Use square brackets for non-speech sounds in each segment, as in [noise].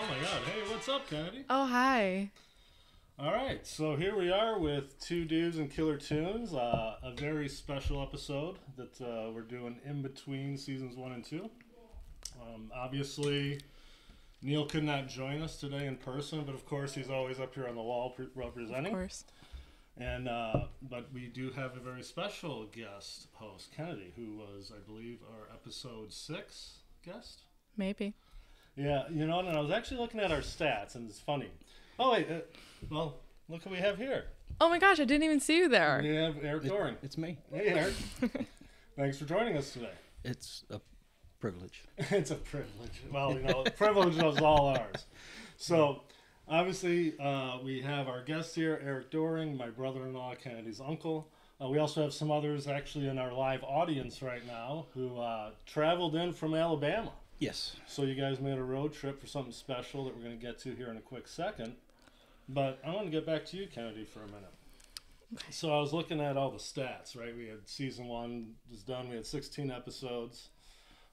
Oh What's up, Kennedy? Oh, hi. All right, so here we are with Two Dudes and Killer Tunes, uh, a very special episode that uh, we're doing in between seasons one and two. Um, obviously, Neil could not join us today in person, but of course, he's always up here on the wall pre- Of representing. course. And uh, but we do have a very special guest host, Kennedy, who was, I believe, our episode six guest. Maybe. Yeah, you know, and I was actually looking at our stats, and it's funny. Oh wait, uh, well, look who we have here. Oh my gosh, I didn't even see you there. We have Eric Doran. It's me. Hey, [laughs] Eric. Thanks for joining us today. It's a privilege. [laughs] it's a privilege. Well, you know, privilege is all ours. So, obviously, uh, we have our guest here, Eric Doring, my brother-in-law, Kennedy's uncle. Uh, we also have some others actually in our live audience right now who uh, traveled in from Alabama. Yes. So you guys made a road trip for something special that we're going to get to here in a quick second. But I want to get back to you, Kennedy, for a minute. So I was looking at all the stats, right? We had season one was done. We had 16 episodes.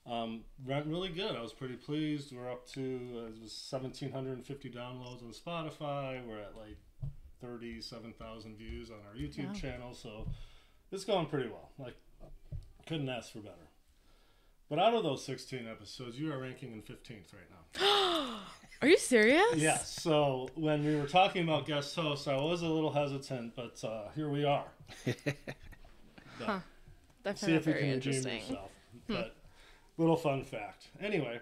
Um, went really good. I was pretty pleased. We're up to uh, it was 1,750 downloads on Spotify. We're at like 37,000 views on our YouTube Wow. channel. So it's going pretty well. Like couldn't ask for better. But out of those 16 episodes, you are ranking in 15th right now. [laughs] Are you serious? Yeah, [laughs] so when we were talking about guest hosts, I was a little hesitant, but uh, here we are. But That see sounded if you very can redeem interesting. Hmm. yourself. But little fun fact. Anyway,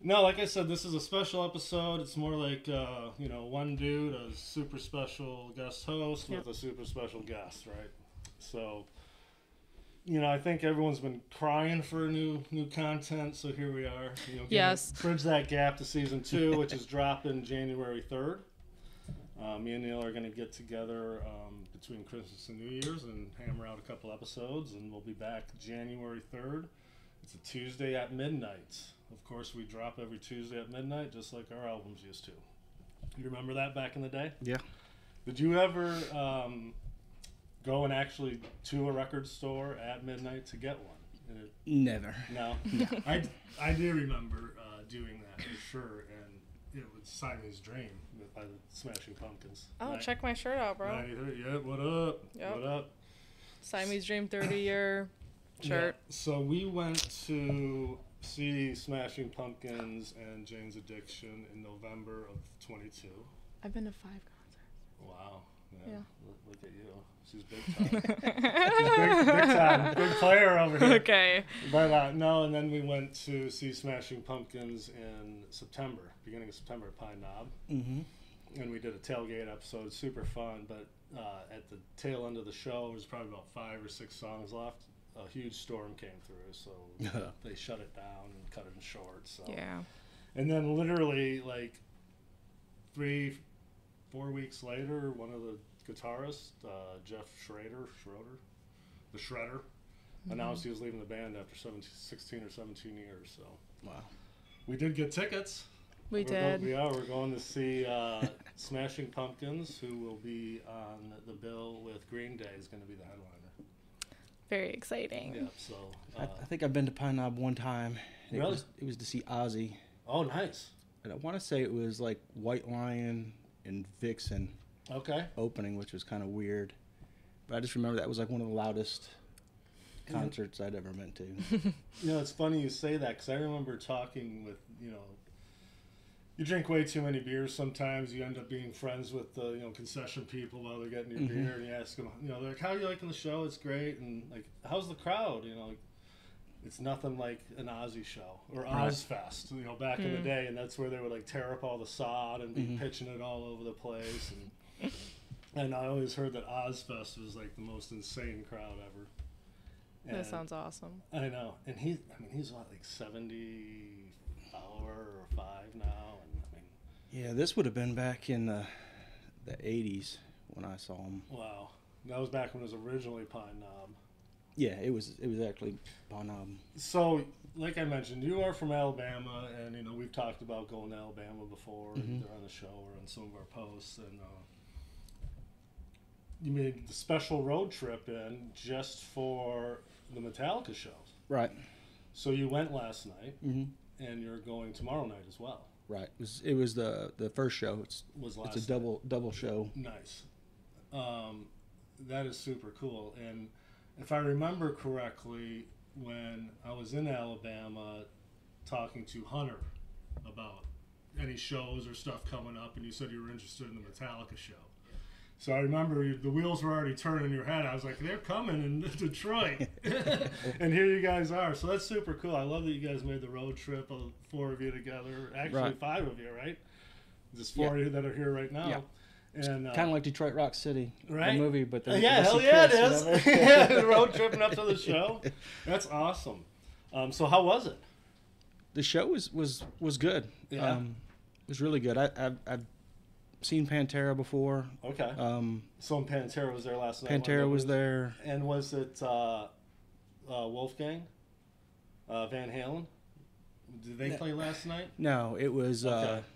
no, like I said, this is a special episode. It's more like uh, you know, one dude, a super special guest host Yep. with a super special guest, right? So. You know, I think everyone's been crying for new new content, so here we are. You know, getting- Yes. Bridge that gap to season two, which is dropping January third. Uh, me and Neil are going to get together um, between Christmas and New Year's and hammer out a couple episodes, and we'll be back January 3rd. It's a Tuesday at midnight. Of course, we drop every Tuesday at midnight, just like our albums used to. You remember that back in the day? Yeah. Did you ever um, go and actually to a record store at midnight to get one? And it- Never. no, [laughs] I, I do remember uh, doing that for sure, and it was Simon's Dream by the Smashing Pumpkins. Oh, Right? check my shirt out, bro. 93. Yeah, what up? Yep. What up? Siamese Dream 30 year shirt. Yeah, So we went to see Smashing Pumpkins and Jane's Addiction in November of 22. [laughs] I've been [laughs] to [laughs] five Wow. Yeah. Look, look at you. She's [laughs] big time. She's big, big concerts. time. Big player [laughs] over here. okay. But uh, no, and then we went to see Smashing Pumpkins in September, beginning of September at Pine Knob. Mm-hmm. and we did a tailgate episode, super fun. But uh, at the tail end of the show, there was probably about five or six songs left. A huge storm came through, so they shut it down and cut it short. So, Yeah. and then literally like three, four weeks later, one of the guitarists, uh, Jeff Schrader, Schroeder, the Shredder, Mm-hmm. announced he was leaving the band after 17, 16 or seventeen years. So Wow. we did get tickets. We We're go- did. we are. We're going to see uh, [laughs] Smashing Pumpkins, who will be on the bill with Green Day, is going to be the headliner. Very exciting. Yeah. So. I, Uh, I think I've been to Pine Knob one time. It Really? Was, it was to see Ozzy, oh, nice. and I want to say it was like White Lion and Vixen Okay. opening, which was kind of weird. But I just remember that was like one of the loudest concerts I'd ever been to. [laughs] You know, it's funny you say that because I remember talking with you know. You drink way too many beers. Sometimes you end up being friends with the you know concession people while they're getting your Mhm. beer, and you ask them, you know, they're like, "How are you liking the show? It's great." And like, "How's the crowd?" You know, like, it's nothing like an Ozzy show or Right. Ozfest, you know, back in the day, and that's where they would like tear up all the sod and be Mhm. pitching it all over the place. And, and I always heard that Ozfest was like the most insane crowd ever. That And- sounds awesome. I know, and he. I mean, he's what like seventy four or five now, and I mean, yeah, this would have been back in the the '80s when I saw him. wow. That was back when it was originally Pine Knob. Yeah, it was it was actually Pine Knob. So, like I mentioned, you are from Alabama, and you know we've talked about going to Alabama before, Mhm. either on the show or on some of our posts. And uh, you made the special road trip in just for the Metallica shows. Right. So you went last night, Mm-hmm. and you're going tomorrow night as well. Right. It was, it was the the first show. It's Was last. it's a double double show. Nice. Um, that is super cool. And if I remember correctly, when I was in Alabama talking to Hunter about any shows or stuff coming up, and you said you were interested in the Metallica show. So I remember you- the wheels were already turning in your head. I was like, they're coming in [laughs] [laughs] Detroit. and here you guys are. So that's super cool. I love that you guys made the road trip of four of you together. Actually, Right. five of you, right? There's four of you that are here right now. Yeah. And uh, Kind of like Detroit Rock City, Right? the movie, but uh, the yeah, the hell yeah, it is. sequence, you know? [laughs] yeah, [laughs] the road tripping up to the show. That's awesome. Um, so how was it? the show was was was good. Yeah. Um, it was really good. I, I've I've seen Pantera before. Okay. Um, so and Pantera was there last night. Pantera was wasn't there. it? And was it uh, uh, Wolfgang uh, Van Halen? Did they No. play last night? No, it was uh, Okay.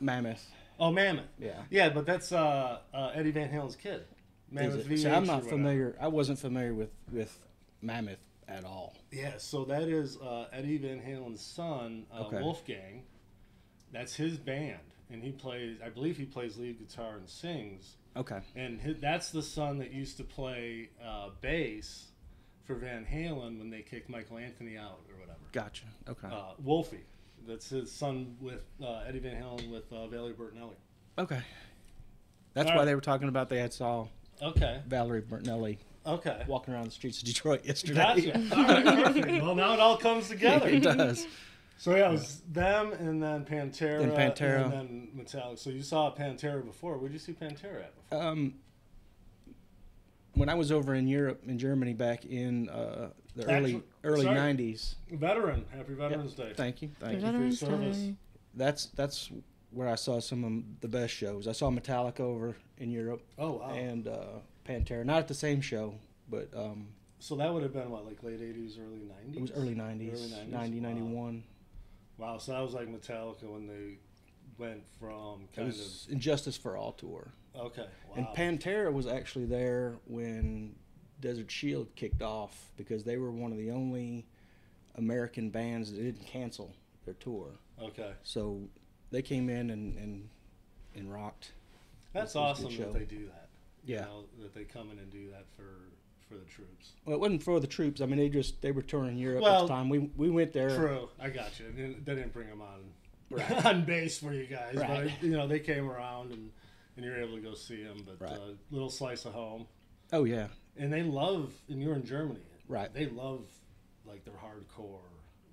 Mammoth. Oh, Mammoth. Yeah. Yeah, but that's uh, uh, Eddie Van Halen's kid. Is Mammoth it? VH So I'm or not whatever. familiar. I wasn't familiar with with Mammoth at all. Yeah, so that is uh, Eddie Van Halen's son, uh, Okay. Wolfgang. That's his band, and he plays. I believe he plays lead guitar and sings. Okay. And hi that's the son that used to play uh, bass for Van Halen when they kicked Michael Anthony out or whatever. Gotcha. Okay. Uh, Wolfie, that's his son with uh, Eddie Van Halen with uh, Valerie Bertinelli. okay. That's all why right. they were talking about they had saw Okay, Valerie Bertinelli okay. walking around the streets of Detroit [laughs] yesterday. Gotcha. All right, [laughs] perfect. Well, now it all comes together. [laughs] it does. So yeah, it was them and then Pantera Then Pantera. and then Metallica. So you saw Pantera before. Where'd you see Pantera at before? Um, when I was over in Europe, in Germany, back in uh, the Actually- early early sorry. '90s. Veteran. Happy Veterans Day. Thank you, thank you. Veteran- Veterans service. Day. That's that's where I saw some of the best shows. I saw Metallica over in Europe Oh wow. and uh, Pantera, not at the same show, but um, so that would have been what, like late eighties, early nineties? it was early '90s, Early 90s, 90, wow. 91. Wow. So that was like Metallica when they went from It kind was Injustice for All tour, of okay. Wow. and Pantera was actually there when Desert Shield kicked off because they were one of the only American bands that didn't cancel their tour. okay. So they came in and and, and rocked. That's This was a good awesome show. that they do that. you Yeah. know, that they come in and do that for for the troops. Well, it wasn't for the troops. I mean, they just they were touring Europe at Well, the time. We we went there. True. I got you. They didn't- They didn't bring them on [laughs] Right. on base for you guys, Right. but you know they came around and and you're able to go see them. But Right. uh, little slice of home, Oh yeah, and they love. And you're in Germany, Right. They love like their hardcore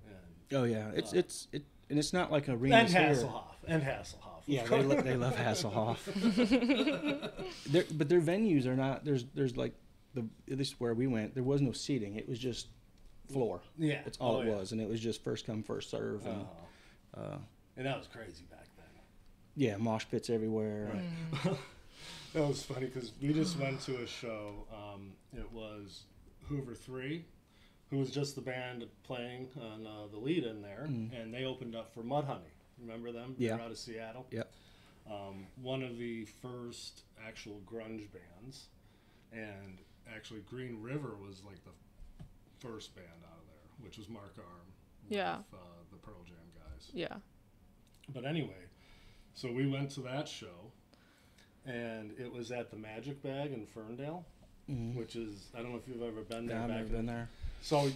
and oh yeah. It's Uh, it's it, and it's not like and arenas here. Hasselhoff and Hasselhoff. of Yeah, they, course. lo- they love Hasselhoff. Their- but their venues are not. There's there's like the at least where we went, there was no seating. It was just floor. yeah. That's all Oh, it yeah. was, and it was just first come first serve. And, Uh-huh. uh, And that was crazy back then. yeah, mosh pits everywhere. That was funny because we just went to a show. Um, it was Hoover Three, who was just the band playing on uh, the lead in there, and they opened up for Mudhoney. Remember them? They're Mm-hmm. Yeah. out of Seattle. Yep. Um, one of the first actual grunge bands, and actually Green River was like the first band out of there, which was Mark Arm. Yeah. With, uh, the Pearl Jam guys. Yeah. But anyway, so we went to that show, and it was at the Magic Bag in Ferndale, which is I don't know if you've ever been there. Mm-hmm. back I've never in- been there. So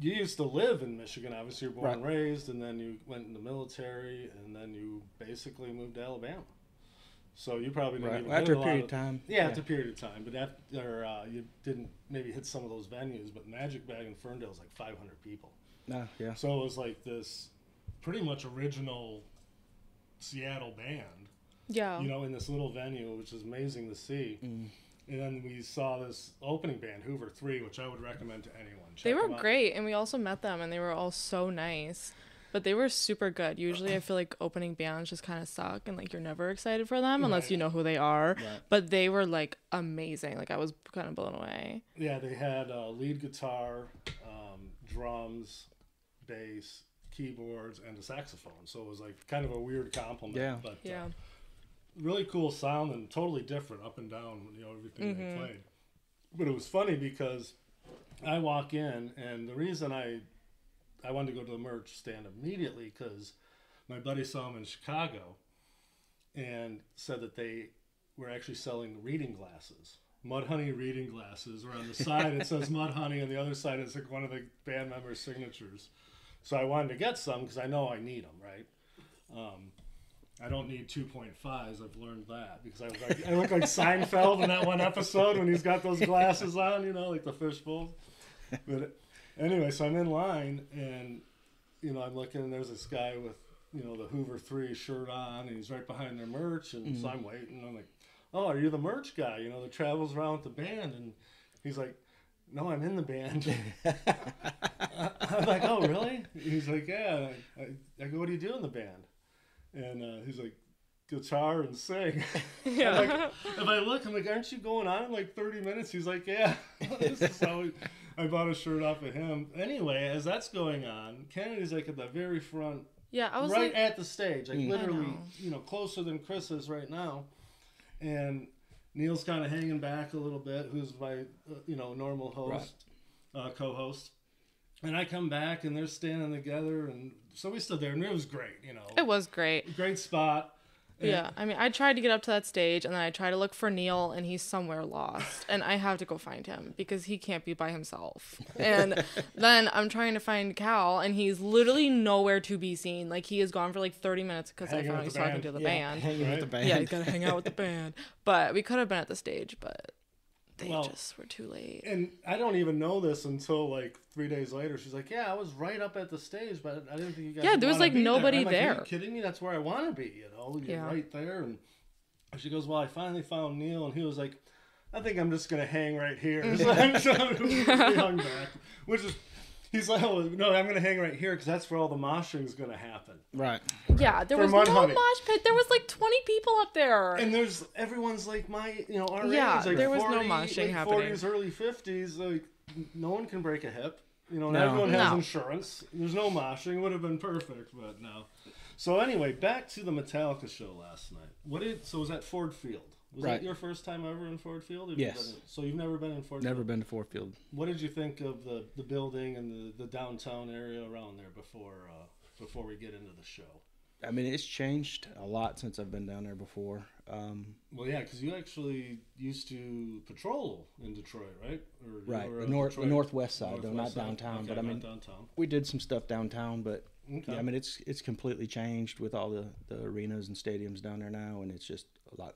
you used to live in Michigan, obviously you were born and raised, and then you went in the military, and then you basically moved to Alabama. So you probably didn't Right. even Well, after hit a lot period of- of time. yeah, after a period of time, but after uh, you didn't maybe hit some of those venues, but Magic Bag in Ferndale is like 500 people. No, yeah. So it was like this pretty much original Seattle band, Yeah. you know, in this little venue, which is amazing to see. Mm. And then we saw this opening band, Hoover 3, which I would recommend to anyone. Check they were them out. great, and we also met them, and they were all so nice. But they were super good. Usually, I feel like opening bands just kind of suck, and like you're never excited for them unless Right. you know who they are. Right. But they were like amazing. Like I was kind of blown away. Yeah, they had uh, lead guitar, um, drums, bass, keyboards, and a saxophone. So it was like kind of a weird compliment. Yeah. But, uh, Yeah. really cool sound and totally different up and down you know everything they played but it was funny because i walk in and the reason i i wanted to go to the merch stand immediately because My buddy saw them in Chicago, and said that they were actually selling reading glasses. Mud Honey reading glasses, where on the side it says Mud Honey, and the other side is like one of the band members' signatures. So I wanted to get some because I know I need them, right? Um, I don't need 2.5s. I've learned that because I, was like, I look like Seinfeld in that one episode when he's got those glasses on, you know, like the fishbowl. But anyway, so I'm in line and, you know, I'm looking and there's this guy with, you know, the Hoover 3 shirt on and he's right behind their merch. And so I'm waiting. I'm like, oh, are you the merch guy, you know, that travels around with the band? And he's like, no, I'm in the band. I'm like, oh, really? He's like, yeah. I, I, I go, what do you do in the band? And uh, he's like, guitar and sing. [laughs] Yeah. [laughs] I'm like, if I look, I'm like, aren't you going on in like 30 minutes? He's like, yeah. [laughs] this is how we- I bought a shirt off of him. Anyway, as that's going on, Kennedy's like at the very front, yeah, I was right like, Mm. at the stage, like literally, know. you know, closer than Chris is right now. And Neil's kind of hanging back a little bit, who's my, uh, you know, normal host, uh, co-host. And I come back and they're standing together, and so we stood there, and it was great, you know, it was great. great spot. And- Yeah, I mean, I tried to get up to that stage, and then I tried to look for Neil, and he's somewhere lost, and I have to go find him because he can't be by himself. [laughs] And then I'm trying to find Cal, and he's literally nowhere to be seen. Like he is gone for like 30 minutes because I Hanging found with he's the talking band. to the Yeah, band. Hanging with the band. Yeah, he's gotta [laughs] hang out with the band. But we could have been at the stage, but they Well- just were too late. And I don't even know this until like three days later. She's like, "Yeah, I was right up at the stage, but I didn't think you guys." Yeah, would there was, wanna like, be nobody there. I'm like, Are there. you kidding me? That's where I want to be. You know, you're Yeah. right there. And she goes, "Well, I finally found Neil," and he was like, "I think I'm just gonna hang right Mm-hmm. here." [laughs] So I'm so- [laughs] he hung back, which is. He's like, oh, no, I'm going to hang right here because that's where all the moshing's going to happen. Right. Yeah, there For was no Mud Honey. mosh pit. There was like 20 people up there. And there's, everyone's like my, you know, our Yeah, age, like there was no 40, moshing late happening. 40s, early 50s, like, no one can break a hip. You know, and No. everyone has No. insurance. There's no moshing. It would have been perfect, but no. So anyway, back to the Metallica show last night. What did, so was at Ford Field. Was Right. that your first time ever in Ford Field? Or have Yes. You been- so you've never been in Ford Never Field? been to Fort Field. What did you think of the, the building and the, the downtown area around there before, uh, before we get into the show? I mean, it's changed a lot since I've been down there before. Um, Well, yeah, because you actually used to patrol in Detroit, right? Or you right, were the a north, the Detroit- northwest side, though, northwest not side. downtown. Okay, but I not mean, downtown. we did some stuff downtown, but Okay. yeah, I mean, it's it's completely changed with all the the arenas and stadiums down there now, and it's just a lot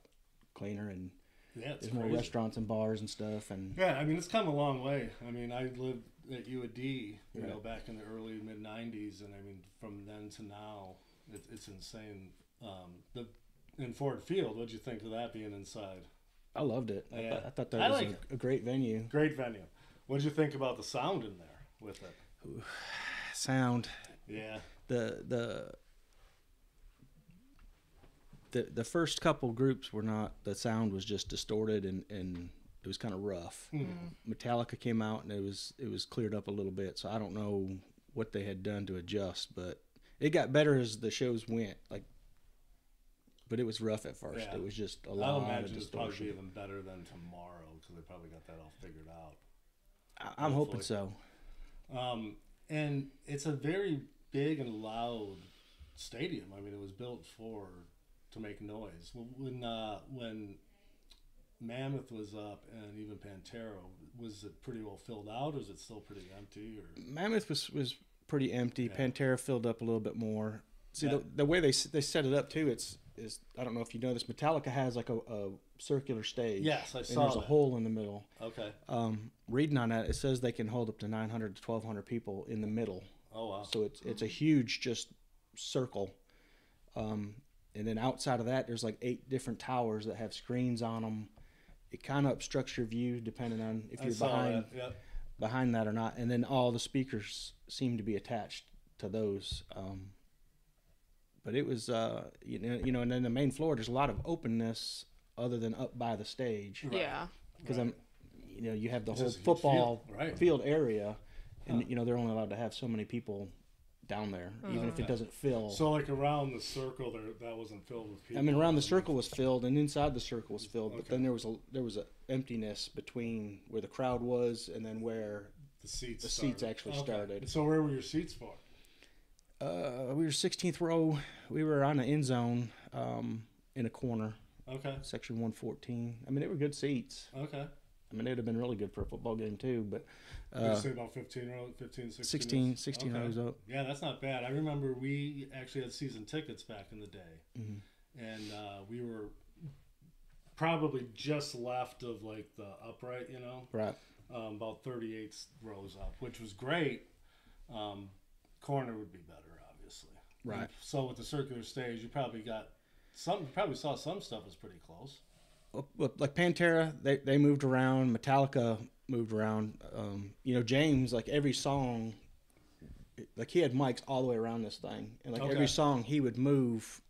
cleaner and yeah, it's there's more crazy. restaurants and bars and stuff, and Yeah, I mean, it's come a long way. I mean, I lived at U of D, you know, Right. back in the early mid '90s, and I mean, from then to now, it, it's insane. Um, the in Ford Field, what'd you think of that being inside? I loved it. I, Yeah. thought I thought that I was like a, a great venue. Great venue. What'd you think about the sound in there with it? Sound Yeah, the the. The, the first couple groups were not the sound was just distorted and, and it was kind of rough Hmm. Metallica came out and it was it was cleared up a little bit. So I don't know what they had done to adjust, but it got better as the shows went. Like, but it was rough at first. Yeah. It was just a I'll lot of imagine it's probably distortion. even better than tomorrow because they probably got that all figured out. I, I'm hoping hopefully. so. Um, and it's a very big and loud stadium. I mean, it was built for to make noise. When- When uh, when Mammoth was up and even Pantera, was it pretty well filled out? Or is it still pretty empty? Or Mammoth was was pretty empty. Pantera filled up a little bit more. See the, That- the way they s- they set it up too. It's is I don't know if you know this. Metallica has like a, a circular stage. Yes, I and saw There's a that. hole in the middle. okay, Um, reading on that, it says they can hold up to 900 to 1200 people in the middle. oh wow, So it's it's a huge just circle. Um, and then outside of that, there's like eight different towers that have screens on them. It kind of obstructs your view depending on if I you're saw behind that. Yep. behind that or not. And then all the speakers seem to be attached to those. Um, but it was uh, you know you know, and then the main floor there's a lot of openness other than up by the stage Yeah. because Right. I'm, you know, you have the It's whole just a huge football field, right. field area, and you know they're only allowed to have so many people down there, even if it Okay. doesn't fill. So like around the circle, there that wasn't filled with people. I mean, around the circle was filled, and inside the circle was filled, but Okay. then there was a there was a emptiness between where the crowd was and then where the seats. the seats started. actually Okay. started. So where were your seats for? uh, we were 16th row. We were on the end zone um, in a corner, Okay. section 114. I mean, they were good seats. Okay. I mean, it would have been really good for a football game, too, but Did you uh, say about 15, row, 15 16, 16, rows? 16 Okay. rows up. Yeah, that's not bad. I remember we actually had season tickets back in the day, Mm-hmm. and uh, we were probably just left of like the upright, you know, Right. um, about 38 rows up, which was great. Um, corner would be better, obviously. Right. So with the circular stage, you probably got some. You probably saw some stuff was pretty close. Well, well, like Pantera, they, they moved around. Metallica moved around. Um, you know, James, like every song, like he had mics all the way around this thing, and like Okay. every song he would move,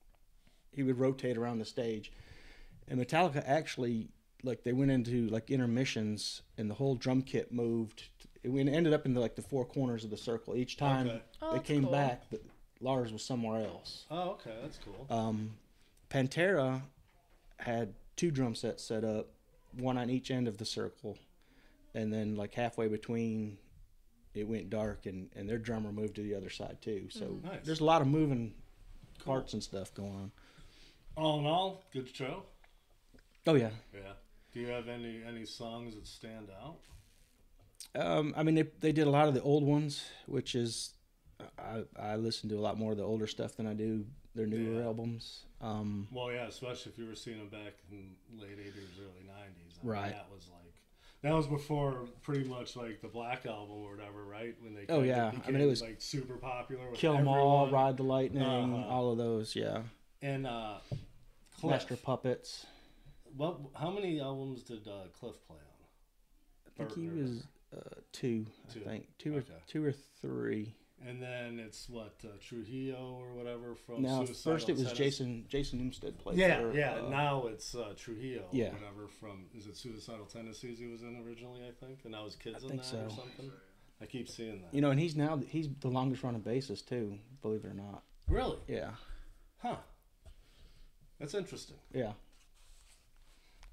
he would rotate around the stage. And Metallica actually, like they went into like intermissions, and the whole drum kit moved. It went- ended up in the, like the four corners of the circle. Each time Okay. Oh, they that's came cool. back, the, Lars was somewhere else. Oh, okay, that's cool. Um, Pantera had two drum sets set up, one on each end of the circle, and then like halfway between, it went dark, and and their drummer moved to the other side too. So Nice. there's a lot of moving parts and stuff going on. all in all, good show. Oh yeah, Yeah. Do you have any any songs that stand out? um, I mean they they did a lot of the old ones, which is I I listen to a lot more of the older stuff than I do their newer Yeah. albums. Um, Well, yeah, especially if you were seeing them back in late eighties, early nineties. Right. That was like that was before pretty much like the Black album or whatever, right? When they Oh, kinda yeah. I mean, became, it was like super popular. With Kill 'Em All, everyone. Ride the Lightning, Uh-huh. all of those, yeah. And uh, Cliff. Master Puppets. What? How many albums did uh, Cliff play on? I think he Burton or- was uh, two, Two. I think two Okay. or two or three. And then it's what uh, Trujillo or whatever from. now, Oh, Suicidal first it was Tendencies? Jason Jason Umstead played. Yeah, for, yeah. uh, now it's uh, Trujillo, or Yeah. whatever. From is it Suicidal Tendencies he was in originally, I think, and now his kids in think that or so. something. I keep seeing that. you know, and he's now he's the longest running bassist too. Believe it or not. really? Yeah, Huh. That's interesting. yeah.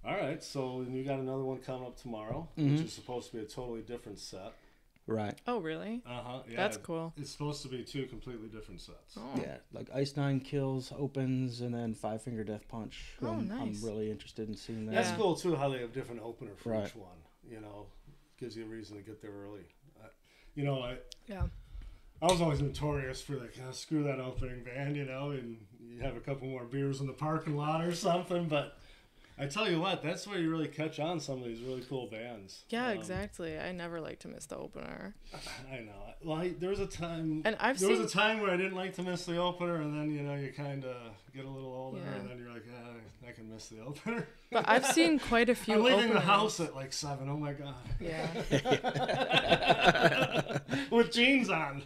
All right, so and you got another one coming up tomorrow, Mm-hmm. which is supposed to be a totally different set. Right. Oh, really? Uh huh. Yeah, That's cool. It's supposed to be two completely different sets. Oh. Yeah, like Ice Nine kills opens and then Five Finger Death Punch. who Oh, I'm, nice. I'm really interested in seeing that. That's Yeah. cool too. How they have different opener for Right. each one. You know, gives you a reason to get there early. I, you know, I Yeah. I was always notorious for like "Ah, screw that opening band, you know, and you have a couple more beers in the parking lot or something. But I tell you what, that's where you really catch on some of these really cool bands. Yeah, Um, exactly. I never like to miss the opener. I know. Well, I, there was a time, And I've there seen- was a time where I didn't like to miss the opener, and then you know you kind of get a little older, Yeah. and then you're like, ah, I can miss the opener. But [laughs] I've seen quite a few I'm leaving openers. the house at like seven. Oh my god, [laughs] Yeah. with jeans on.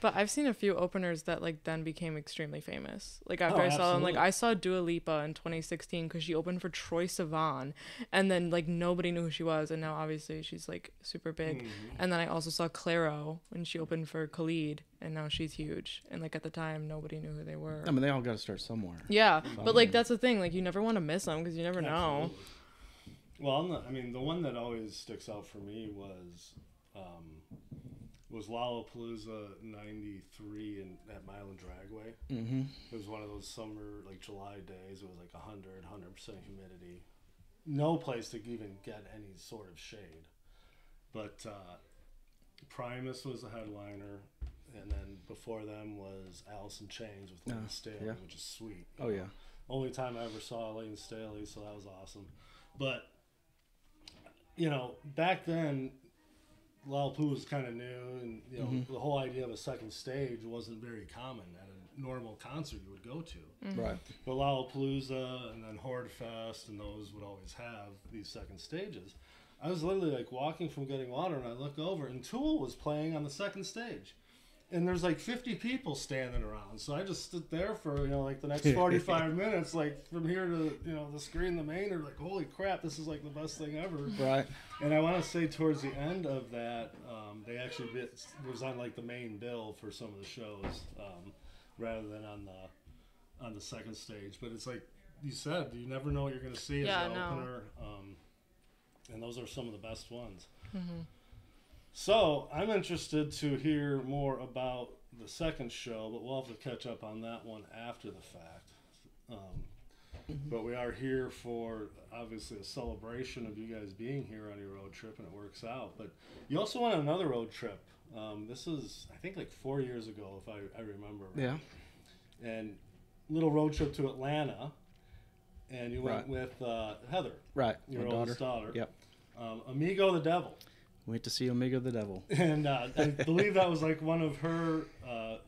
But I've seen a few openers that like then became extremely famous. Like after Oh, I saw them, absolutely. like I saw Dua Lipa in 2016 because she opened for Troy Sivan, and then like nobody knew who she was, and now obviously she's like super big. Hmm. Mm-hmm. And then I also saw Clairo when she opened for Khalid, and now she's huge. And like at the time, nobody knew who they were. I mean, they all got to start somewhere. yeah, but like that's the thing. Like you never want to miss them because you never know. Absolutely. Well, I'm not, I mean, the one that always sticks out for me was um, was Lollapalooza '93 and at Mile and Dragway. Mm-hmm. It was one of those summer, like July days. It was like 100, 100 percent humidity. No place to even get any sort of shade. But uh, Primus was the headliner, and then before them was Alice in Chains with Lynn Yeah, Staley, yeah. which is sweet. Oh yeah. Only time I ever saw Lane Staley, so that was awesome. But you know, back then, Lollapalooza was kind of new, and you know, the whole idea of a second stage wasn't very common at a normal concert you would go to. Right. But Lollapalooza and then Horde Fest and those would always have these second stages. I was literally like walking from getting water and I look over and Tool was playing on the second stage. And there's like 50 people standing around. So I just stood there for, you know, like the next 45 minutes, like from here to, you know, the screen, the main, or like, holy crap, this is like the best thing ever. Right. And I want to say towards the end of that, um, they actually bit, was on like the main bill for some of the shows, um, rather than on the on the second stage. But it's like you said, you never know what you're going to see Yeah, as an no. Mm-hmm. opener, um, and those are some of the best ones. So I'm interested to hear more about the second show, but we'll have to catch up on that one after the fact. Um, but we are here for obviously a celebration of you guys being here on your road trip, and it works out. But you also went on another road trip. Um, this is, I think, like four years ago, if I, I remember. right. Yeah. And little road trip to Atlanta, and you went Right. with uh, Heather, Right. your My daughter. oldest daughter. Yep. Um, Amigo the Devil. Went to see Omega the Devil. and uh, I believe that was like one of her uh,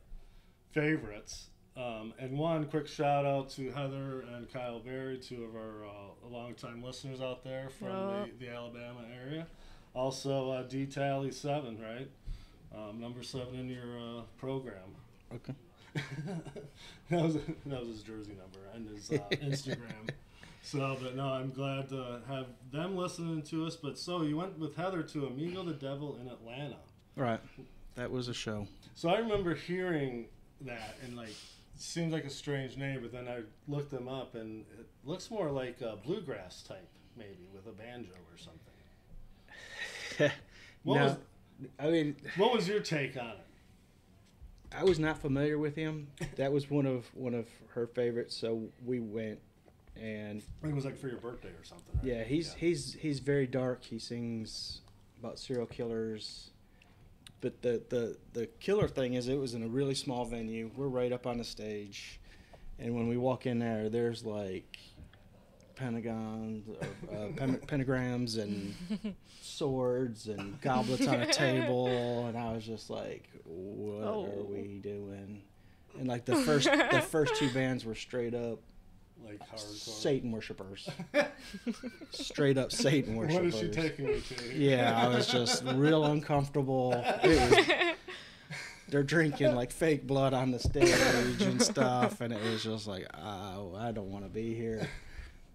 favorites. Um, and one quick shout out to Heather and Kyle Berry, two of our uh, longtime listeners out there from Yup. the, the Alabama area. Also, uh, D Tally 7, right? Um, number 7 in your uh, program. [laughs] Okay. that, was, that was his jersey number and his uh, Instagram. So, but no, I'm glad to have them listening to us. But so you went with Heather to Amigo the Devil in Atlanta. Right. That was a show. So I remember hearing that and like seems like a strange name, but then I looked them up and it looks more like a bluegrass type, maybe with a banjo or something. What No, was I mean, what was your take on it? I was not familiar with him. That was one of one of her favorites. So we went, and I think it was like for your birthday or something. Right? yeah, he's he's he's very dark. He sings about serial killers, but the the the killer thing is it was in a really small venue. We're right up on the stage, and when we walk in there, there's like pentagons, uh, uh, pen- pentagrams, and swords and goblets on a table, and I was just like, "What are Oh. we doing?" And like the first, the first two bands were straight up like hardcore. [laughs] Satan worshippers, straight up Satan What worshippers. is she taking me to? Yeah, I was [laughs] just real uncomfortable. It was- they're drinking like fake blood on the stage and stuff, and it was just like, oh, I don't want to be here.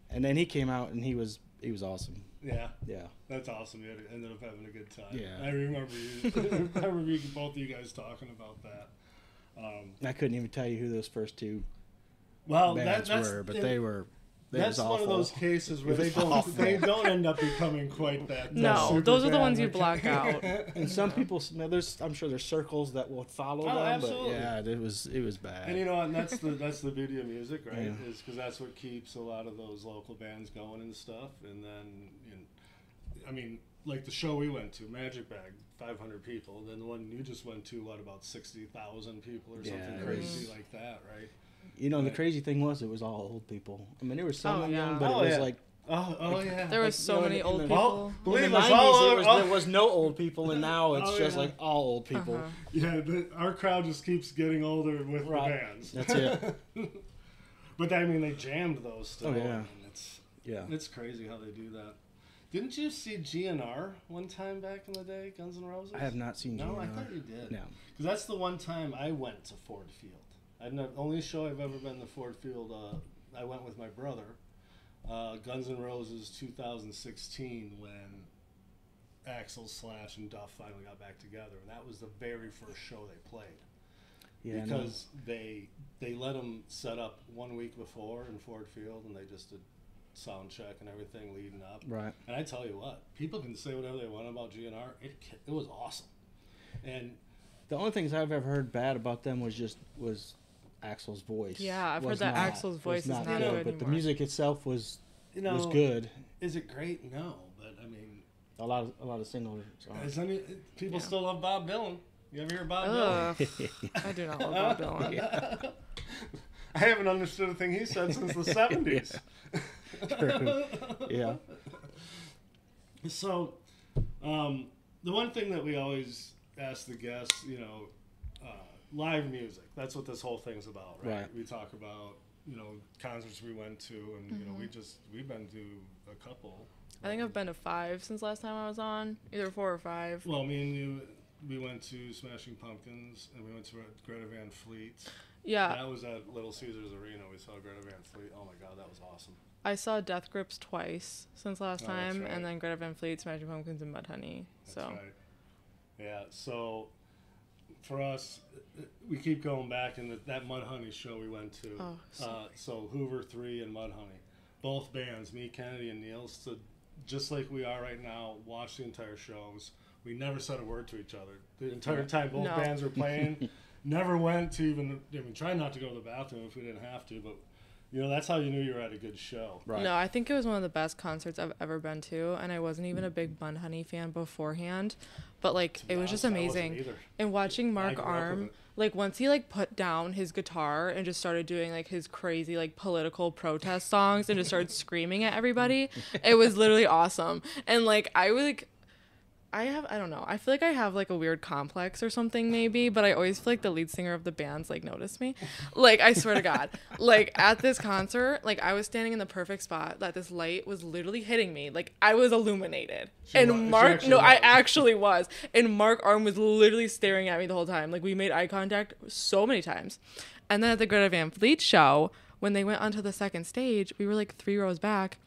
And then he came out and he was he was awesome. yeah, Yeah, that's awesome. You had- ended up having a good time. Yeah. I remember you. [laughs] I remember you, both of you guys talking about that. Um, I couldn't even tell you who those first two well, Oh, that, bands that's were, but it- they were. It That's one was of awful. those cases where It was they don't awful. they don't end up becoming quite that. that No, super those are the bad. ones you Okay. block out. [laughs] And some people, now there's, I'm sure there's circles that will follow Oh, them, absolutely. but yeah, it was it was bad. and you know, what, and that's the that's the beauty of music, right? Is Yeah. 'cause Is because that's what keeps a lot of those local bands going and stuff. And then, you know, I mean, like the show we went to, Magic Bag, 500 people. Then the one you just went to, what about 60,000 people or Yeah, something it crazy Mm. like that, right? You know, the Right. crazy thing was it was all old people. I mean, there were some Oh, yeah. young, but Oh, it was yeah. like Oh, oh yeah. There were Like, so many old in the- well, people. believe in the us, 90s, all, it was, all, there was no old people, and [laughs] now it's Oh, just yeah. like all old people. Uh-huh. Yeah, the, our crowd just keeps getting older with Right. the bands. That's [laughs] it. but I mean, they jammed those still. Oh, yeah. and it's Yeah, it's crazy how they do that. Didn't you see GNR one time back in the day, Guns N' Roses? I have not seen. No, I GNR. thought you did. No, Because that's the one time I went to Ford Field. I've never, only show I've ever been to Ford Field. Uh, I went with my brother. Uh, Guns N' Roses 2016 when Axel Slash and Duff finally got back together, and that was the very first show they played yeah, no. because they they let them set up one week before in Ford Field, and they just did sound check and everything leading up. right. And I tell you what, people can say whatever they want about GNR. It ki- it was awesome, and The only things I've ever heard bad about them was just was Axel's voice. Yeah, I've heard Was that not- Axl's was voice is not good but the anymore. music itself was you know was good. Is it great? No, but I mean, A lot of a lot of singles. [laughs] songs. is any, people Yeah. still love Bob Dylan. You ever hear Bob Dylan? Ugh, [laughs] I do not love Bob Dylan. I haven't understood a thing he said since [laughs] the seventies. True. yeah, [laughs] So, um, the one thing that we always ask the guests, you know, uh, live music. That's what this whole thing's about, right? Right. We talk about you know concerts we went to, and you know we just we've been to a couple. Mm-hmm. I think I've been to five since last time I was on, either four or five. Well, me and you, we went to Smashing Pumpkins, and we went to Greta Van Fleet. Yeah, That was at Little Caesars Arena. We saw Greta Van Fleet. Oh my God, that was awesome. I saw Death Grips twice since last Oh, that's time, right. and then Greta Van Fleet, Smashing Pumpkins, and Mudhoney. That's So right. Yeah. So for us, we keep going back, and that, that Mudhoney show we went to. Oh, so uh, so Hoover Three and Mudhoney, both bands, me, Kennedy, and Neil stood just like we are right now. Watched the entire shows. We never said a word to each other the entire time both bands were [laughs] playing. never went to even. I mean, tried not to go to the bathroom if we didn't have to, but you know that's how you knew you were at a good show. Right. No, I think it was one of the best concerts I've ever been to, and I wasn't Mm. even a big Bun Honey fan beforehand, but like it was just Honestly, I wasn't amazing. either. And watching Mark grew up with Arm, it. like once he like put down his guitar and just started doing like his crazy like political protest songs and just started screaming at everybody, it was literally awesome. And like I was like I have I don't know. I feel like I have like a weird complex or something maybe, but I always feel like the lead singer of the band's like noticed me. Like I swear [laughs] to god. Like at this concert, like I was standing in the perfect spot that this light was literally hitting me. Like I was illuminated. and wa- she Mark actually no, I was. actually was. And Mark Arm was literally staring at me the whole time. Like we made eye contact so many times. And then at the Greta Van Fleet show, when they went onto the second stage, we were like 3 rows back.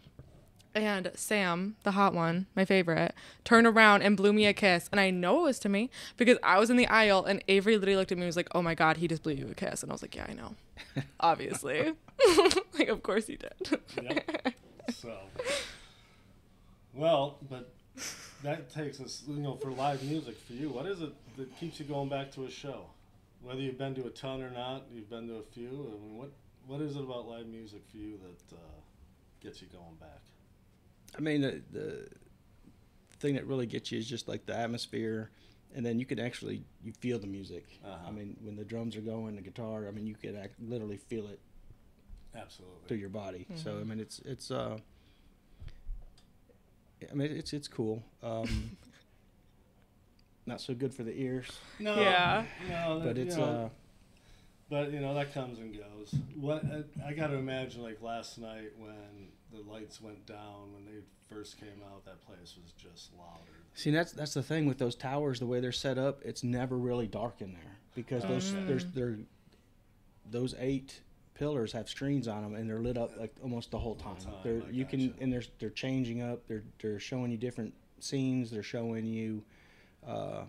And Sam, the hot one, my favorite, turned around and blew me a kiss. And I know it was to me because I was in the aisle and Avery literally looked at me and was like, Oh my God, he just blew you a kiss. And I was like, Yeah, I know. Obviously. [laughs] like, of course he did. Yep. So, well, but that takes us, you know, for live music for you. What is it that keeps you going back to a show? Whether you've been to a ton or not, you've been to a few. I mean, what what is it about live music for you that uh, gets you going back? I mean, the, the thing that really gets you is just like the atmosphere, and then you can actually you feel the music. Uh-huh. I mean, when the drums are going, the guitar. I mean, you could act, literally feel it through Absolutely. your body. So I mean, it's it's uh, I mean it's it's cool. Um, not so good for the ears, No, Yeah. no, that- but you it's know, uh, But you know that comes and goes. What I, I got to imagine, like last night when the lights went down, when they first came out, that place was just louder. see that's that's the thing with those towers. The way they're set up, it's never really dark in there because those there's they're those eight pillars have screens on them and they're lit up like almost the whole time. time, They're, I you can gotcha. and they're they're changing up. They're they're showing you different scenes. They're showing you, uh,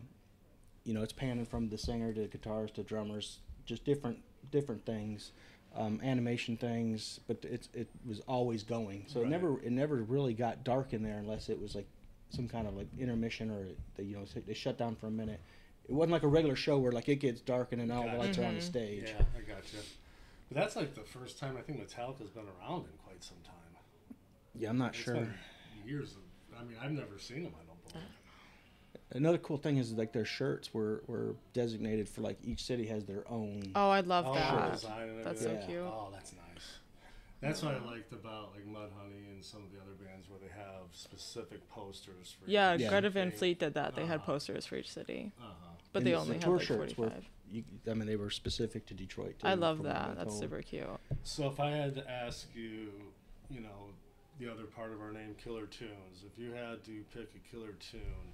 you know, it's panning from the singer to guitars to drummers, just different different things, um, animation things. But it's it was always going, so Right. it never it never really got dark in there unless it was like some kind of like intermission or they you know they shut down for a minute. It wasn't like a regular show where like it gets dark and then all the Gotcha. lights are on the Mm-hmm. stage. Yeah, I gotcha. But that's like the first time I think Metallica's been around in quite some time. Yeah, I'm not It's sure. been years. Of, I mean, I've never seen them. I don't believe. Another cool thing is like their shirts were were designated for like each city has their own. Oh, I love Oh, the that. design and That's so everything. Yeah. cute. Oh, that's nice. That's what I liked about like Mudhoney and some of the other bands where they have specific posters for. Yeah, Yeah. Greta Van Fleet did that. They had Uh-huh. posters for each city, Uh huh. but and they the only had tour like shirts 45. were- you, I mean, they were specific to Detroit. Too, I love from what that. I'm That's told. super cute. So if I had to ask you, you know, the other part of our name, killer tunes. If you had to pick a killer tune,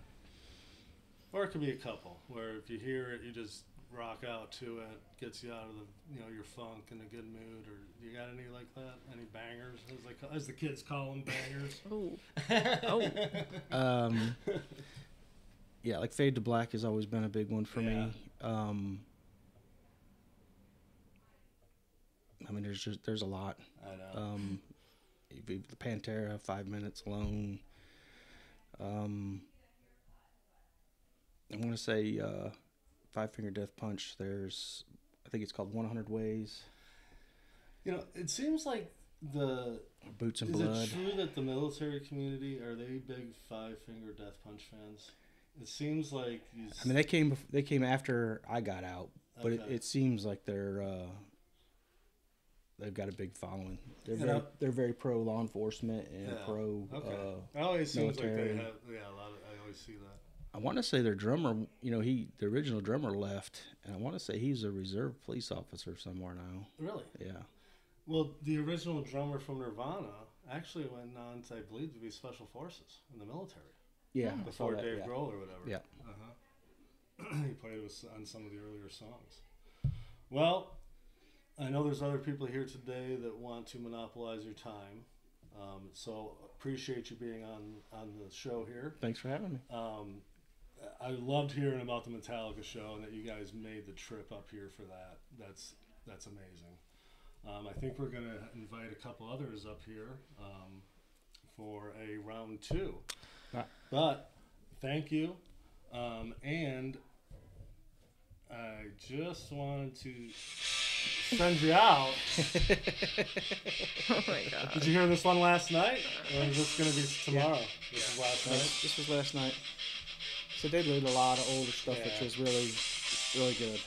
or it could be a couple, where if you hear it, you just rock out to it, gets you out of the, you know, your funk in a good mood. Or you got any like that? Any bangers, as, they call, as the kids call them, [laughs] bangers? Ooh. [laughs] Oh. [laughs] Um, yeah, like Fade to Black has always been a big one for Yeah. me. Um, I mean, there's just there's a lot. I know. Um, if you- the Pantera, Five Minutes Alone. Um, I want to say uh, Five Finger Death Punch. There's, I think it's called 100 Ways. you know, it seems like the Boots and is Blood. it true that the military community are they big Five Finger Death Punch fans? It seems like you I mean, they came bef- they came after I got out, but it, Okay. it seems like they're uh, they've got a big following. They're You very know- they're very pro law enforcement and Yeah. pro. Okay. Uh, it always seems like military. they have. Yeah, a lot. Of, I always see that. I want to say their drummer, you know, he the original drummer left, and I want to say he's a reserve police officer somewhere now. Really? Yeah. Well, the original drummer from Nirvana actually went on to, I believe, to be special forces in the military Yeah. I saw before that, Dave yeah. Grohl or whatever. Yeah. Uh-huh. [clears throat] he played with, on some of the earlier songs. Well, I know there's other people here today that want to monopolize your time. Um, so appreciate you being on on the show here. Thanks for having me. Uh, Um, I loved hearing about the Metallica show and that you guys made the trip up here for that. That's that's amazing. Um, I think we're gonna invite a couple others up here um, for a round two. Ah. But thank you. Um, and I just wanted to send you out. Oh my god. Did you hear this one last night? Or is this going to be tomorrow? This is last night. This was last night. So they did a lot of older stuff, which Yeah. was really, really good.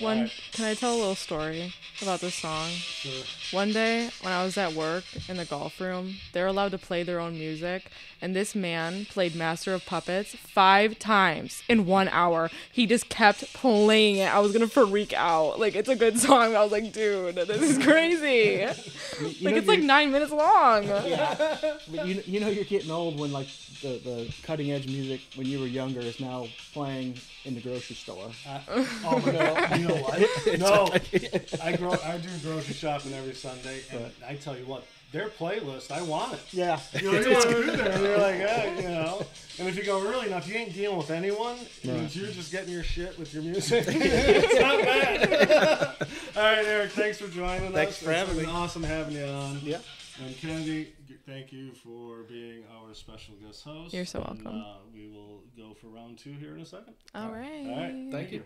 One, Alright. can I tell a little story about this song? Sure. One day when I was at work in the golf room, they were allowed to play their own music, and this man played Master of Puppets five times in one hour. He just kept playing it. I was gonna freak out. Like it's a good song. but I was like, dude, this is [laughs] crazy. like know it's like you- nine minutes long. But you, you know you're getting old when like the, the cutting edge music when you were younger is now playing in the grocery store. Oh my god! [laughs] You know what? No, I grow. I do grocery shopping every Sunday, and I tell you what, their playlist, I [laughs] want it. Yeah. You know, you want to do there. They're like, eh, you know. And if you go early enough, you ain't dealing with anyone. It means you're just getting your shit with your music. [laughs] it's not bad. [laughs] All right, Eric. Thanks for joining Thanks us. for It's having been me. Awesome having you on. Yeah. And Kennedy, g- thank you for being our special guest host. You're so And, welcome. uh, we will go for round two here in a second. All right. All right. Thank you.